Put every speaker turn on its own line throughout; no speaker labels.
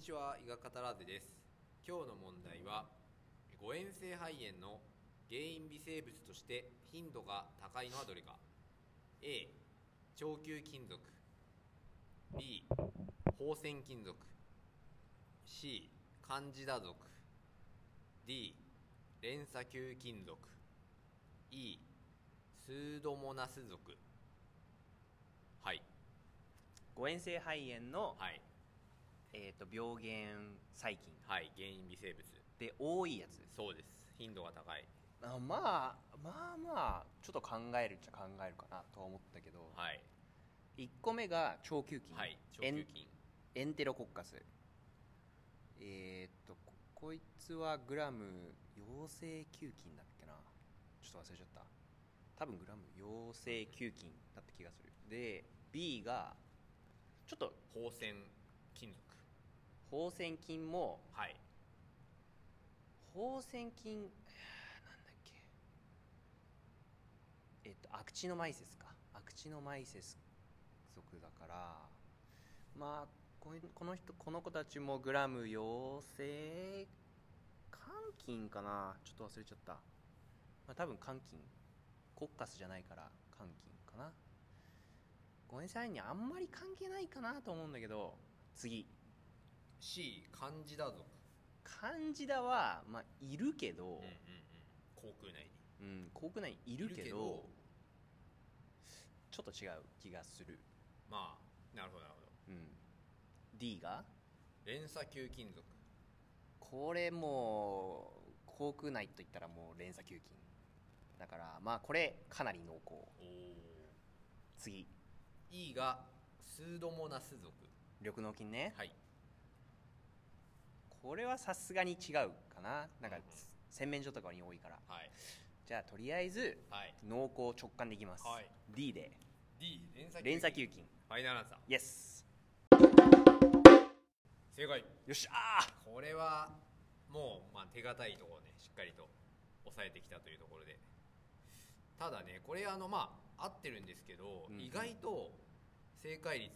ちは伊賀カタラーゼです今日の問題は誤嚥性肺炎の原因微生物として頻度が高いのはどれか A 長球金属 B 放線金属 C カンジダ属 D 連鎖球金属 E スードモナス属はい
誤嚥性肺炎の、
はい
えー、と病原細菌
はい原因微生物
で多いやつです
そうです頻度が高い
あまあまあまあちょっと考えるっちゃ考えるかなとは思ったけど、
はい
一1個目が腸球菌、
はい長
エン
球菌
エンテロコッカスえー、っとここいつはグラム陽性球菌だっけなちょっと忘れちゃった多分グラム陽性球菌だった気がするで B がちょっと
放線金属
放線菌も
はい
放線菌はあなんだっけえっとアクチノマイセスかアクチノマイセス属だからまあこいこの人この子たちもグラム陽性肝菌かなちょっと忘れちゃった、まあ、多分肝菌コッカスじゃないから肝菌かなごめんなさいにあんまり関係ないかなと思うんだけど次
C 漢字だぞ
漢字だは、まあ、いるけど、
うんうんうん口腔内に
うん、航空内いるけどちょっと違う気がする、
まあなるほどなるほど
うん、D が
連鎖球金属
これもう航空内といったらもう連鎖球菌だからまあこれかなり濃厚
おお
次
E がスードモナス属
緑脳菌ね、
はい
これはさすがに違うかななんか、
うんうん
洗面所とかに多いから
はい
じゃあとりあえず
はい
濃厚直感でいきます、
はい
D で
D 連鎖
連鎖球菌
ファイナルアンサー
イエス
正解
よっしゃー
これはもう、まあ、手堅いところをねしっかりと抑えてきたというところでただねこれあのまあ合ってるんですけど、
うん
意外と正解率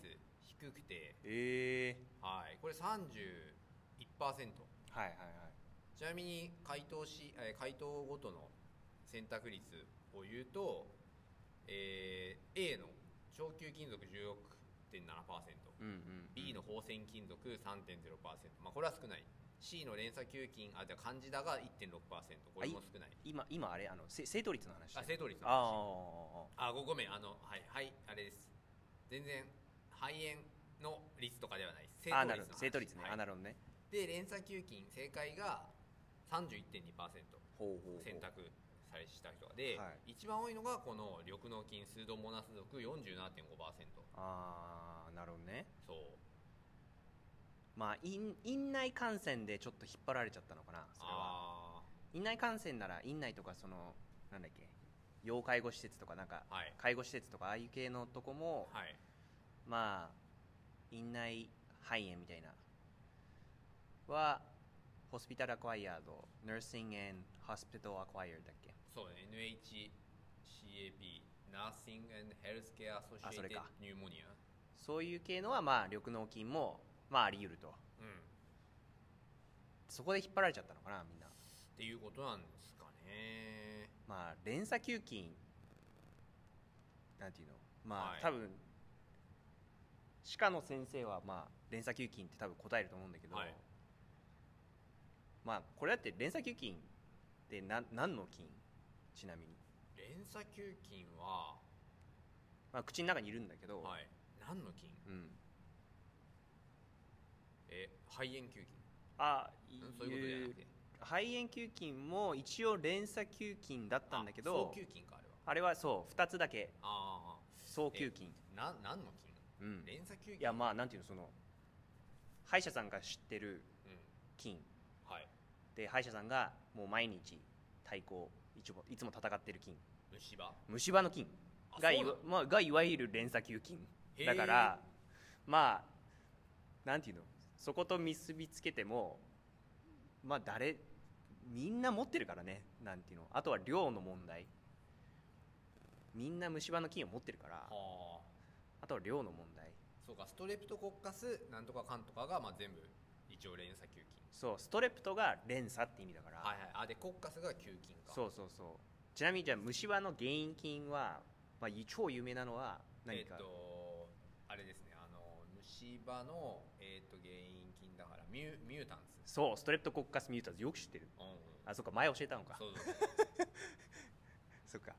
低くて
え
はいこれ31%
ー、はいはいはい
ちなみに回答し、えー回答ごとの選択率を言うと、えー A の長球金属16.7%
うんうん、
B の放線金属3.0%、まあ、これは少ない C の連鎖球菌あじゃあ漢字だが1.6%これも少ない
今今あれあのせ正答率の話
あ正答率の話
あー
あごごめんあのはいはいあれです全然肺炎の率とかではない正
あー
答
な
率
る
の
ほ
話
ど正答率ね、
はい
あなるほどね
で連鎖球菌正解が31.2%
ほうほ
選択されした人がで、
はい
一番多いのがこの緑脳菌スードモナス属47.5%
ああなるほどね
そう
まあ院院内感染でちょっと引っ張られちゃったのかなそれは
あ
院内感染なら院内とかそのなんだっけ要介護施設とかなんか
あはい
介護施設とかああいう系のとこも、
はい
まあ院内肺炎みたいなはホスピタルアクワイアード nursing and hospital acquired だっけ
そうね、NHCAP、Nursing and Healthcare
あそれ
Associated
か
Pneumonia。
そういう系のはまあ緑脳菌もまああり得ると
うん。
そこで引っ張られちゃったのかなみんな
っていうことなんですかね。
まあ連鎖球菌なんていうのまあ、
はい
多分歯科の先生はまあ連鎖球菌って多分答えると思うんだけど、
はい
まあこれだって連鎖球菌ってなん何の菌ちなみに、
連鎖球菌は、
まあ、口の中にいるんだけど、
はい。何の菌
うん、
え、肺炎球菌。
あ
うんそういうことじゃなくて。
肺炎球菌も一応連鎖球菌だったんだけど
早球菌か、あれは。
あれはそう2つだけ
あ
早球菌、
あ。な、何の菌
うん、い
連鎖球菌
やまあなんていうのその歯医者さんが知ってる
うん。
菌
はい。
で歯医者さんがもう毎日対抗いつもいつも戦ってる菌
虫歯。
虫歯の菌
あ
がい
そうな
わ
の
まあ、がいわゆる連鎖球菌
へー
だからまあなんていうのそこと結びつけてもまあ誰みんな持ってるからねなんていうのあとは量の問題みんな虫歯の菌を持ってるから
はあ。
あとは量の問題
そうか、ストレプトコッカス、なんとかかんとかが、まあ全部、一応連鎖球菌
そうストレプトが連鎖って意味だから、
はいはいあでコッカスが球菌か
そうそうそうちなみにじゃあ虫歯の原因菌は、まあ、い超有名なのは何か、
えっ、とあれですねあの虫歯の、えっと原因菌だからミュミュータンス、
そうストレプトコッカスミュータスよく知ってる
うんうん、
あそっか前教えたのか
そうそう
そっか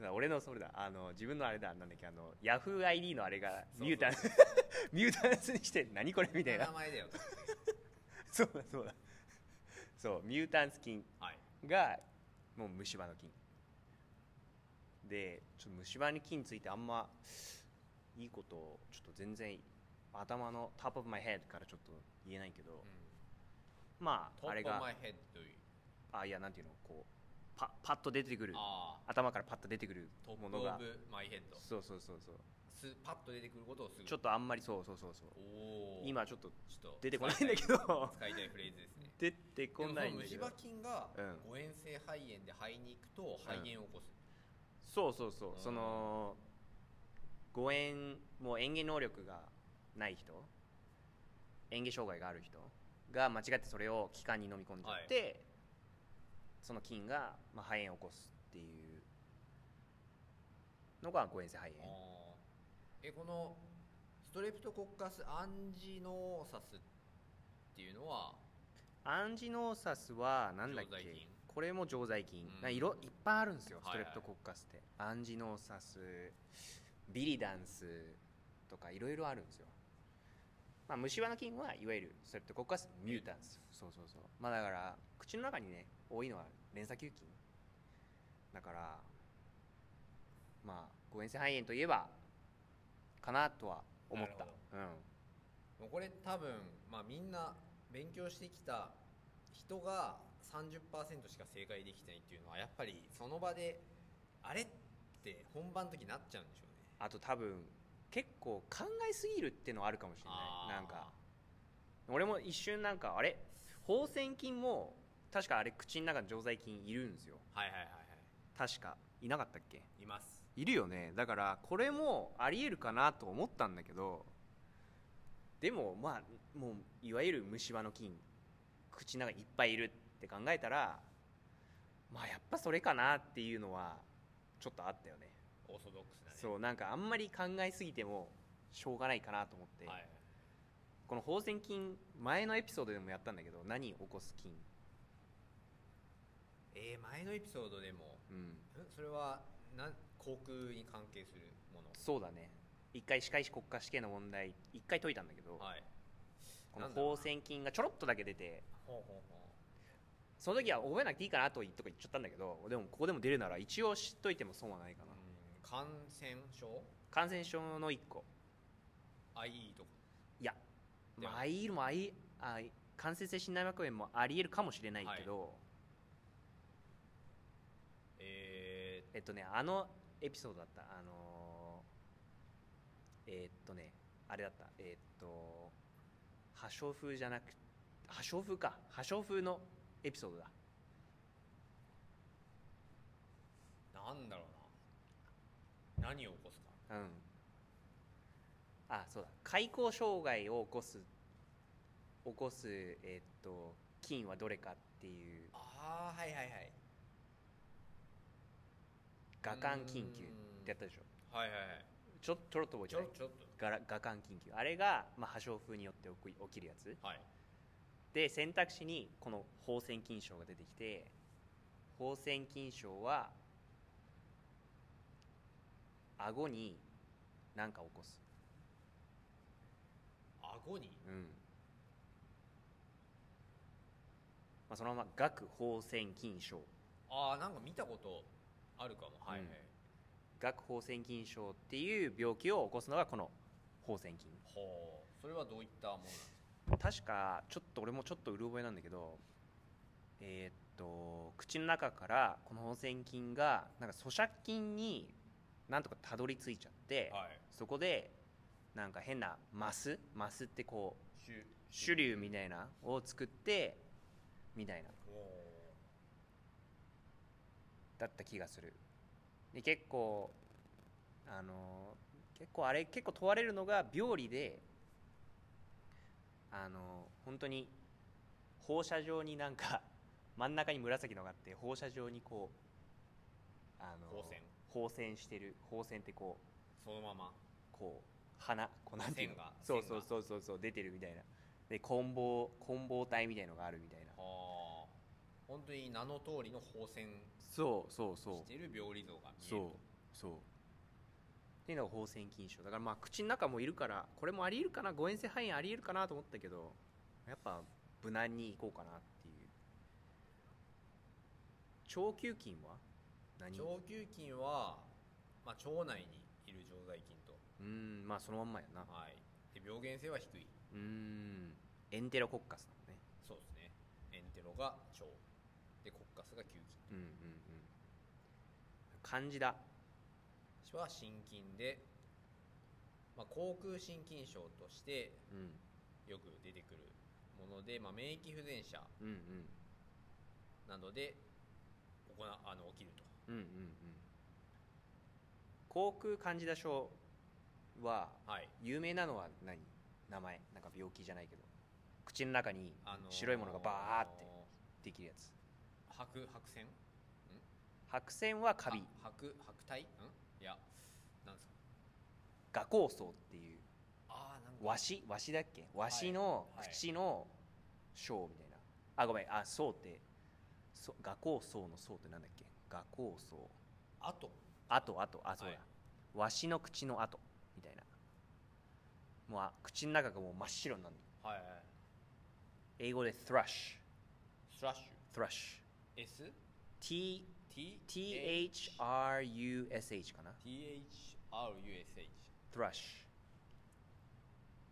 だから俺のそれだあの自分のあれだなんだっけあのヤフー ID のあれが
そう
ミュータンス ミュータンスにして何これみたい
名
な
前だよと
そうだそうだそうミュータンス菌
はい
がもう虫歯の菌でちょっと虫歯に菌ついてあんまいいことをちょっと全然頭のタップオブマイヘッドからちょっと言えないけど、まああれ
トップ
が
マイヘッドいう
あいやなんていうのこうパパッと出てくる
ああ
頭からパッと出てくる
トップ
も
オ
のが
ブマイヘッド
そうそうそうそう
すパッと出てくることをすぐ
ちょっとあんまりそうそうそうそう
おお
今ちょっと
ちょっと
出てこないんだけど
使いたいフレーズですね
出てこないんだけ
で
ど
もその虫歯菌が
うん
誤嚥性肺炎で肺に行くと肺炎を起こす、
そうそうそう、
うん
その誤演もう演技能力がない人演技障害がある人が間違ってそれを気管に飲み込んじゃって、その菌が、まあ、肺炎を起こすっていうのが誤嚥性肺
あ
炎
ーえこのストレプトコッカスアンジノーサスっていうのは
アンジノーサスはなんだっ
常在
け
菌
これも常在菌、
うん
ないろいっぱいあるんですよス
はいは
トレ
い
プトコッカスって、アンジノーサスビリダンスとかいろいろあるんですよ、まあ、虫歯の菌はいわゆるストレプトコッカスミュータンスそうそうそうまあだから口の中にね多いのは連鎖球菌だからまあ誤嚥性肺炎といえばかなとは思っ
な
た
る
うん
もうこれ多分、まあ、みんな勉強してきた人が30%しか正解できないっていうのはやっぱりその場であれって本番の時になっちゃうんでしょうね
あと多分結構考えすぎるってのはあるかもしれないなんか俺も一瞬なんかあれ放線菌も確かあれ口の中の常在菌いるんですよ
はいはいはいは
確かいなかったっけ
いいます
いるよねだからこれもありえるかなと思ったんだけどでもまあもういわゆる虫歯の菌口の中にいっぱいいるって考えたらまあやっぱそれかなっていうのはちょっとあったよね
オーソドックスなね
そうなんかあんまり考えすぎてもしょうがないかなと思って、
はい
この放線菌前のエピソードでもやったんだけど何を起こす菌
えー前のエピソードでも
うん
んそれはなん航空に関係するもの
そうだね一回歯科医師国家試験の問題一回解いたんだけど、
はい
この
なんだろう
放
な
線菌がちょろっとだけ出て
ほうほうほ
その時は覚えなくていいかなと言っとか言っちゃったんだけどでもここでも出るなら一応知っといても損はないか
う
な
うん感染症
感染症の一個
IE とか
いや
では
まあ IE も IE あ感染性心内膜炎もありえるかもしれないけど、
え
えっとねあのエピソードだったあのーえっとねあれだったえっと破傷風じゃなく破傷風か破傷風のエピソードだ
ー、なんだろうな何を起こすか
うんあそうだ開口障害を起こす起こすえっと菌はどれかっていう
ああはいはいはい
我間緊急ってやったでしょ
はいはいはい
ちょちょろっと覚え
ち
て
ょ
な
ろ
い
ちょろっ
がら我間緊急あれが、まあ、破傷風によって起こり起きるやつ
とはい
で選択肢にこの放線菌症が出てきて放線菌症は顎に何か起こす、
顎に
うんまあ、そのまま顎放線菌症
ああなんか見たことあるかもはいはい、
うん顎放線菌症っていう病気を起こすのがこの放線菌
ほうそれはどういったものなんですか
確かちょっと俺もちょっとうる覚えなんだけどえーっと口の中からこの放線菌がなんか咀嚼菌になんとかたどり着いちゃって、
はい
そこでなんか変なマスマスってこう
しゅ
種類みたいなを作ってみたいな
ほ
だった気がするで結構あの結構あれ結構問われるのが病理であの本当に放射状になんか 真ん中に紫のがあって放射状にこうあの
光線
放線してる放線ってこう
そのまま
こう花こうなんていうの
線が
そうそう
線が
そうそうそう出てるみたいなで棍棒棍棒体みたいのがあるみたいな
はあ本当に名の通りの放線
そうそうそ
して
う
る病理像が見え
そ
る
うそうっていうのが放線菌症だからまあ口の中もいるからこれもありえるかな誤嚥性肺炎ありえるかなと思ったけどやっぱ無難にいこうかなっていう腸球菌は何う
腸球菌は、まあ、腸内にいる常在菌と、
ーんまあそのまんまやな
はい、で病原性は低いう
ーんエンテロコッカスだもんね
そうですねエンテロが腸でコッカスが球菌
うんうんうん漢字だ
私は心筋で、まあ、口腔心筋症として
うん
よく出てくるもので、まあ、免疫不全者
うんうん
などで行なあの起きると
うんうんうん航空漢字だ症は
はい
有名なのは何名前なんか病気じゃないけど口の中に
あの
白いものがバーってできるやつ
白白線
白線はカビ
あ白白体んいやなんですか
画酵層っていう
ああなんか
和紙和紙だっけ和紙の
はい
口の章みたいな、あごめんあ層ってそ画酵層の層ってなんだっけ画酵層
あと
あとあとあそう
は
だ、
い
わしの口の跡みたいなもうあ口の中がもう真っ白になる
はいはい
英語で thrush
スラッシ
thrush
ュ S
T
T
THRUSH かな
T H R U S H
thrush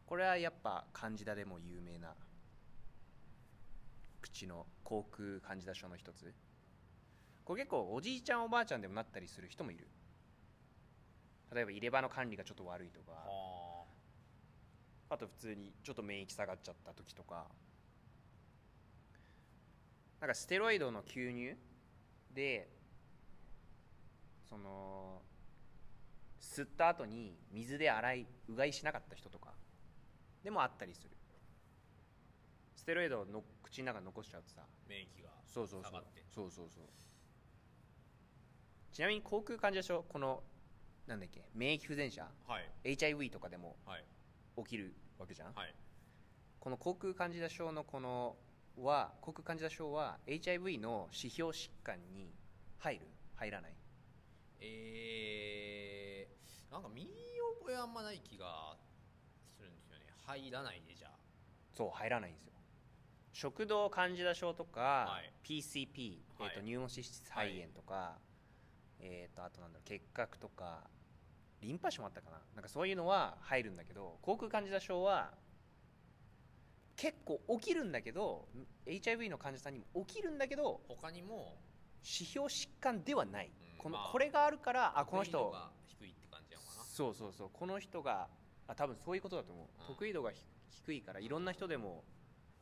これはやっぱ漢字だでも有名な口の口腔漢字だ書の一つこれ結構おじいちゃんおばあちゃんでもなったりする人もいる例えば入れ歯の管理がちょっと悪いとか
あ
あと普通にちょっと免疫下がっちゃった時とかなんかステロイドの吸入でその吸った後に水で洗いうがいしなかった人とかでもあったりするステロイドをの口の中に残しちゃうとさ
免疫が
そうそうそ
下が
う
って
そうそうそうちなみに口腔患者症このなんだっけ免疫不全者
はい
HIV とかでも
はい
起きるわけじゃん
はい
この口腔患者症のこのは口腔患者症は HIV の指標疾患に入る入らない
えー、なんか身に覚えあんまない気がするんですよね入らないでじゃ
そう入らないんですよ食道患者症とか、
はい
PCP、えー、
は
と
い
入門脂質肺炎とか、えー、とあとなんだろう結核とかリンパ腫もあったかななんかそういうのは入るんだけど口腔患者症は結構起きるんだけど HIV の患者さんにも起きるんだけど
他にも
指標疾患ではない、
うん
この
まあ
これがあるからあこ
難
の
易
人
度が低いって感じなのか
そうそうそうこの人があ多分そういうことだと思う、
うん
得意度がひ低いからいろんな人でも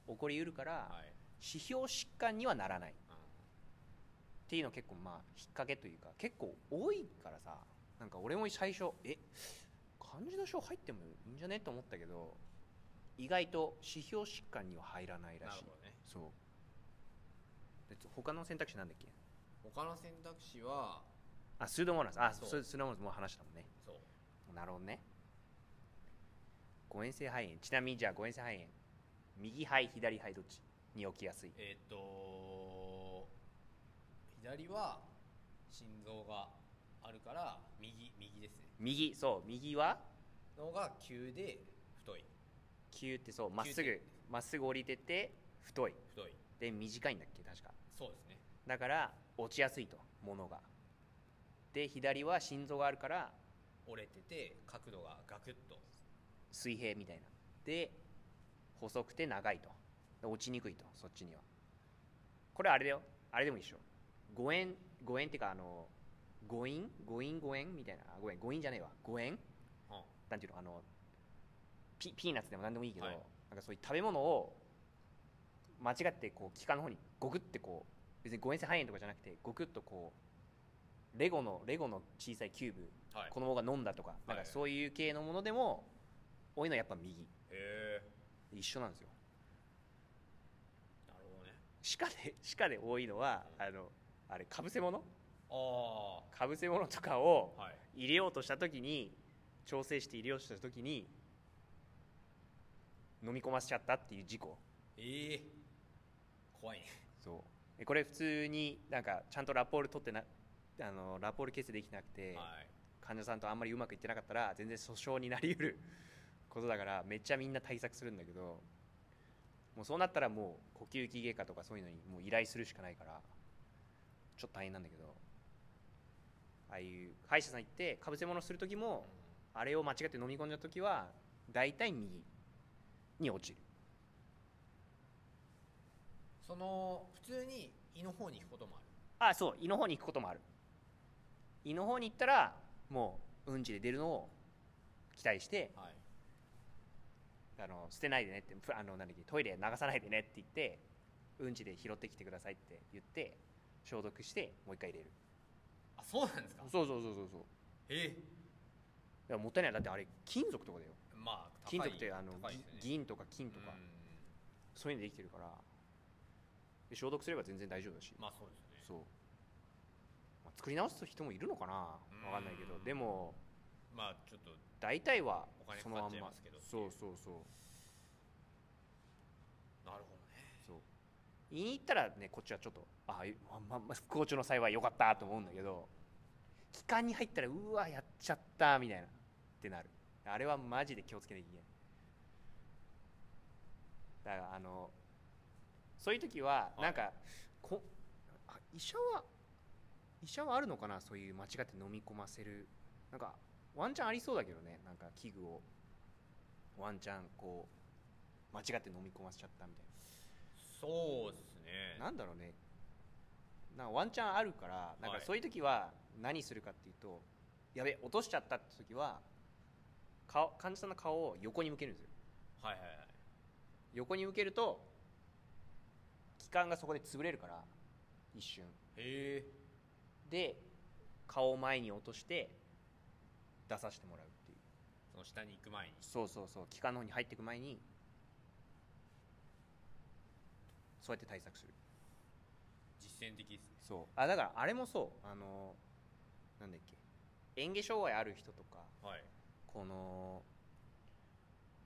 起こりうるから、
なはい、
指標疾患にはならないっ
うん
ていうの結構まあ引っ掛けというか結構多いからさなんか俺も最初え漢字の書入ってもいいんじゃねと思ったけど意外と指標疾患には入らないら
な
し
る
い
ほどね
そうで他の選択肢なんだっけ
他の選択肢は
あスードモーナスあ
そう
そうスードモーナスもう話したもんね
そう
なるほどね誤嚥性肺炎ちなみにじゃあ誤嚥性肺炎右肺左肺どっちに起きやすい
えーっと左は心臓があるから右右ですね
右そう右は
のが急で太い
急ってそうまっす
急
ぐまっすぐ降りてて太い
太い
で短いんだっけ確か
そうですね
だから落ちやすいとものがで左は心臓があるから
折れてて角度がガクッと
水平みたいなで細くて長いとで落ちにくいとそっちにはこれあれだよあれでもいいでしょ誤円誤円ってかあの誤飲誤飲誤円みたいなあごめん誤飲じゃねえわ誤円
うん
なんていうのあのピピーナッツでも何でもいいけど、
はい
なんかそういう食べ物を間違ってこう気管の方にゴクってこう別に誤嚥性肺炎とかじゃなくてゴクッとこうレゴのレゴの小さいキューブ
はい
子供が飲んだとか,、なんかそういう系のものでも多いのはやっぱ右
へえ
一緒なんですよ
なるほ
鹿で 鹿で多いのはあのあれかぶせ物
あ
かぶせ物とかを
あはい
入れようとした時に調整して入れようとした時に飲み込ませちゃったっていう事故
ええ怖いね
そうでこれ普通になんかちゃんとラポール取ってなあのラポール決定できなくて、
はい
患者さんとあんまりうまくいってなかったら全然訴訟になりうる ことだからめっちゃみんな対策するんだけどもうそうなったらもう呼吸器外科とかそういうのにもう依頼するしかないからちょっと大変なんだけどああいう歯医者さん行ってかぶせ物する時もあれを間違って飲み込んだ時は大体右に落ちる
その普通に胃の方に行くこともある
あそう胃の方に行くこともある胃の方に行ったらもううんちで出るのを期待して
はい
あの捨てないでねってふあのなんだっけトイレ流さないでねって言ってうんちで拾ってきてくださいって言って消毒してもう一回入れる
あそうなんですか
そうそうそうそうそう
え
いやもったいないだってあれ金属とかだよ
えまあ高い
金属ってあの、
高い
ぎ
ですね
銀とか金とか、
うん
そういうのでできてるからで消毒すれば全然大丈夫だし、
まあそうですね
そう、まあ作り直す人もいるのかなわかんないけど
うん
でも
まあちょっと
大体は
お金
そのまん
かかっちゃいますけ
ま
ど
そうそうそう
なるほどね
そう言いに行ったらねこっちはちょっとああいままま不幸中の幸い良かったと思うんだけど期間に入ったらうわやっちゃったみたいなってなるあれはマジで気をつけなきゃいけないだからあのそういう時は
はい
なんか、こあ医者は医者はあるのかなそういう間違って飲み込ませるなんかワンチャンありそうだけどねなんか器具をワンチャンこう間違って飲み込ませちゃったみたいな
そうですね
なんだろうねなんかワンチャンあるからなんか
はい
そういう時は何するかっていうと、やべ落としちゃったって時は顔患者さんの顔を横に向けるんですよ
はいはいはい
横に向けると気管がそこで潰れるから一瞬
へえ
で顔を前に落として出させてもらうっていう
その下に行く前に
そうそうそう気管の方に入っていく前にそうやって対策する
実践的ですね
そうあだからあれもそうあのなんだっけ嚥下障害ある人とか
はい
この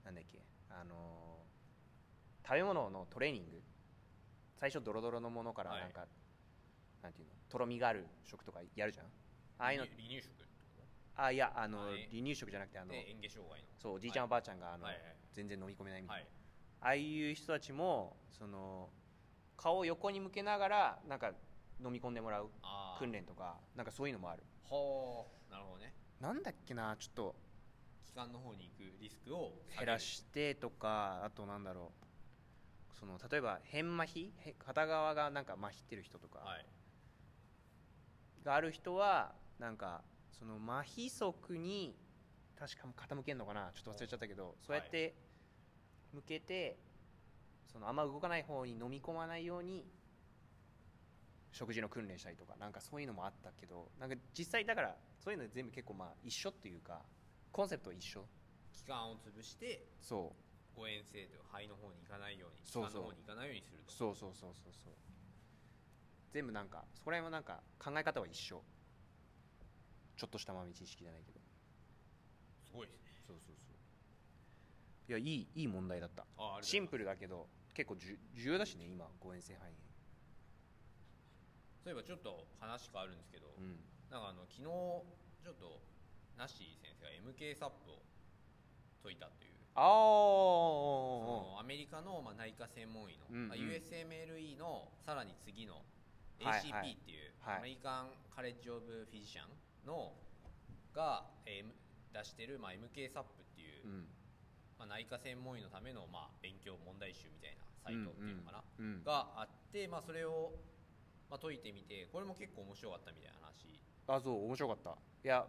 なんだっけあの食べ物のトレーニング最初ドロドロのものから
はい
なんか、なんていうのとろみがある食とかやるじゃんああいうの
離乳離乳食
あいやあ
は
の、
い
離乳食じゃなくてあの、
で嚥下障害の
そうおじいちゃんおばあちゃんがあの、
はいはい
全然飲み込めないみたいな、
はい
ああいう人たちもその顔を横に向けながらなんか飲み込んでもらう
ああ
訓練とかなんかそういうのもある
ほうなるほどね
なんだっけなちょっと
気管の方に行くリスクを下げる
減らしてとかあとなんだろうその例えば偏麻痺へ片側がなんか麻痺ってる人とか
はい
がある人はなんかその麻痺足に確か傾けるのかなちょっと忘れちゃったけどそうやって向けてそのあんま動かない方に飲み込まないように食事の訓練したりとかなんかそういうのもあったけどなんか実際だからそういうの全部結構まあ一緒っていうかコンセプトは一緒
気管を潰して
そう
誤嚥性という肺の方に行かないように気
そうそ
管
う
の方に行かないようにすると
そうそうそうそうそう全部なんかそこら辺はなんか考え方は一緒ちょっとした豆知識じゃないけど
すごいですね
そうそうそういやいいいい問題だった
ああ
シンプルだけど結構じゅ重要だしね今誤嚥性肺
そういえばちょっと話変わるんですけど、
炎うん
なんかあの昨日ちょっとナッシー先生が MK サップを解いたという
あ
その
あ
アメリカのまあ内科専門医の、
うんうん
あ USMLE のさらに次の
はいはい
ACP っていう、
はい
アメリカン・カレッジ・オブ・フィジシャンのが、えー M- 出してる、まあ、MK サップっていう、
うん
まあ、内科専門医のための、まあ、勉強問題集みたいなサイトっていうのかな、
うんうん
があって、まあ、それを、まあ、解いてみてこれも結構面白かったみたいな話
あそう面白かったいや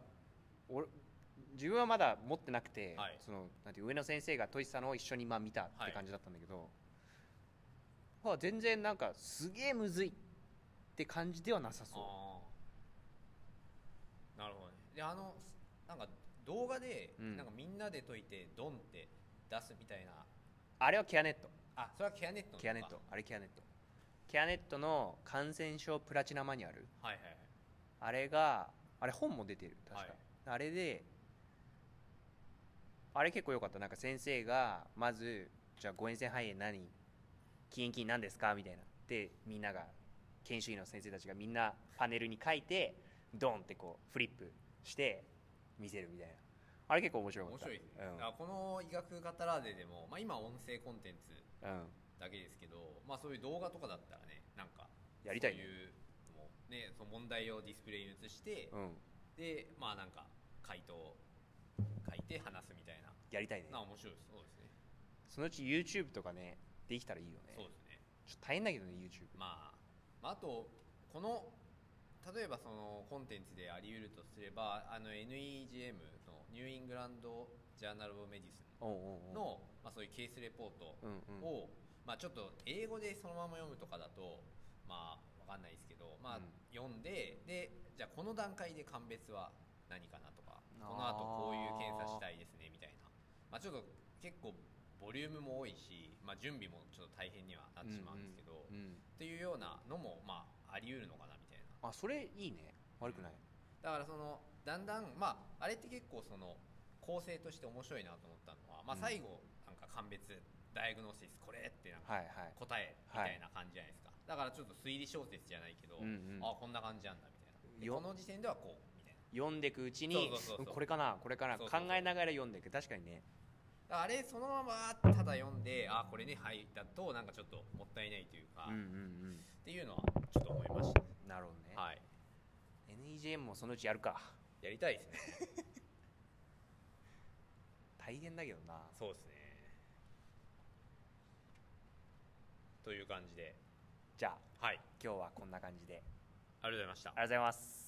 俺自分はまだ持ってなくて、
はい
そのなんていう上野先生が解いてたのを一緒にまあ見たっ
は
て
い
感じだったんだけど、まあ全然なんかすげえむずいって感じではなさそ
あーなるほどねであのなんか動画で、
うん
なんかみんなで解いてドンって出すみたいな
うあれはケアネット
あそれはケアネットの
ケアネッ
と
ト
か
あれケアネットキャネットの感染症プラチナマニュアル
はいはいはい
あれがあれ本も出てる確か、
はい
あれであれ結構良かったなんか先生がまずじゃあ誤嚥性肺炎何起因菌何ですかみたいなでみんなが研修医の先生たちがみんなパネルに書いてドンってこうフリップして見せるみたいなあれ結構面白か
面
った
白いですね、
うん
だからこの医学カタラーデでも、まあ、今音声コンテンツ
うん、
だけですけど、まあ、そういう動画とかだったらねなんか
やりたいね
そういうのもねその問題をディスプレイに移して、
うん、
でまあなんか回答を書いて話すみたいな
やりたいね
なあ面白いですそうですね
そのうち YouTube とかねできたらいいよね
そうですね
ちょっと大変だけどね YouTube
まあ、まあ、あとこの例えばそのコンテンツであり得るとすればあの NEGM のニューイングランド・ジャーナル・オブ・メディス
お
ン
うおうおう
の、まあ、そういうケースレポート
うんうん
を、まあ、ちょっと英語でそのまま読むとかだとまあわかんないですけど、まあ
うん
読んででじゃあこの段階で鑑別は何かなとか
あー
この後こういう検査したいですねみたいな、まあ、ちょっと結構ボリュームも多いし、まあ、準備もちょっと大変にはなってしまうんですけど、
うんうん
っていうようなのも、まあ、あり得るのかなみたいな
あそれいいね悪くない
だからそのだんだん、まあ、あれって結構その構成として面白いなと思ったのは、まあ
う、ん
最後なんか鑑別ダイアグノーシスこれってなんか
はいはい
答えみたいな感じじゃないですか、だからちょっと推理小説じゃないけど、
うんうん
あこんな感じなんだみたいなでこ
よ
の時点ではこうみたいな
読んでいくうちに
そうそうそうそう
これかなこれかな
そうそうそう
考えながら読んでいく確かにね
だからあれそのままただ読んであこれねはいだとなんかちょっともったいないというか、
うん
っ
うん
ていうのはちょっと思いましたね、
うんなるほどね、
はい
NEJM もそのうちやるか
やりたいですね
大変だけどな
そうですねという感じで
じゃあ
はい
今日はこんな感じで
ありがとうございました
ありがとうございます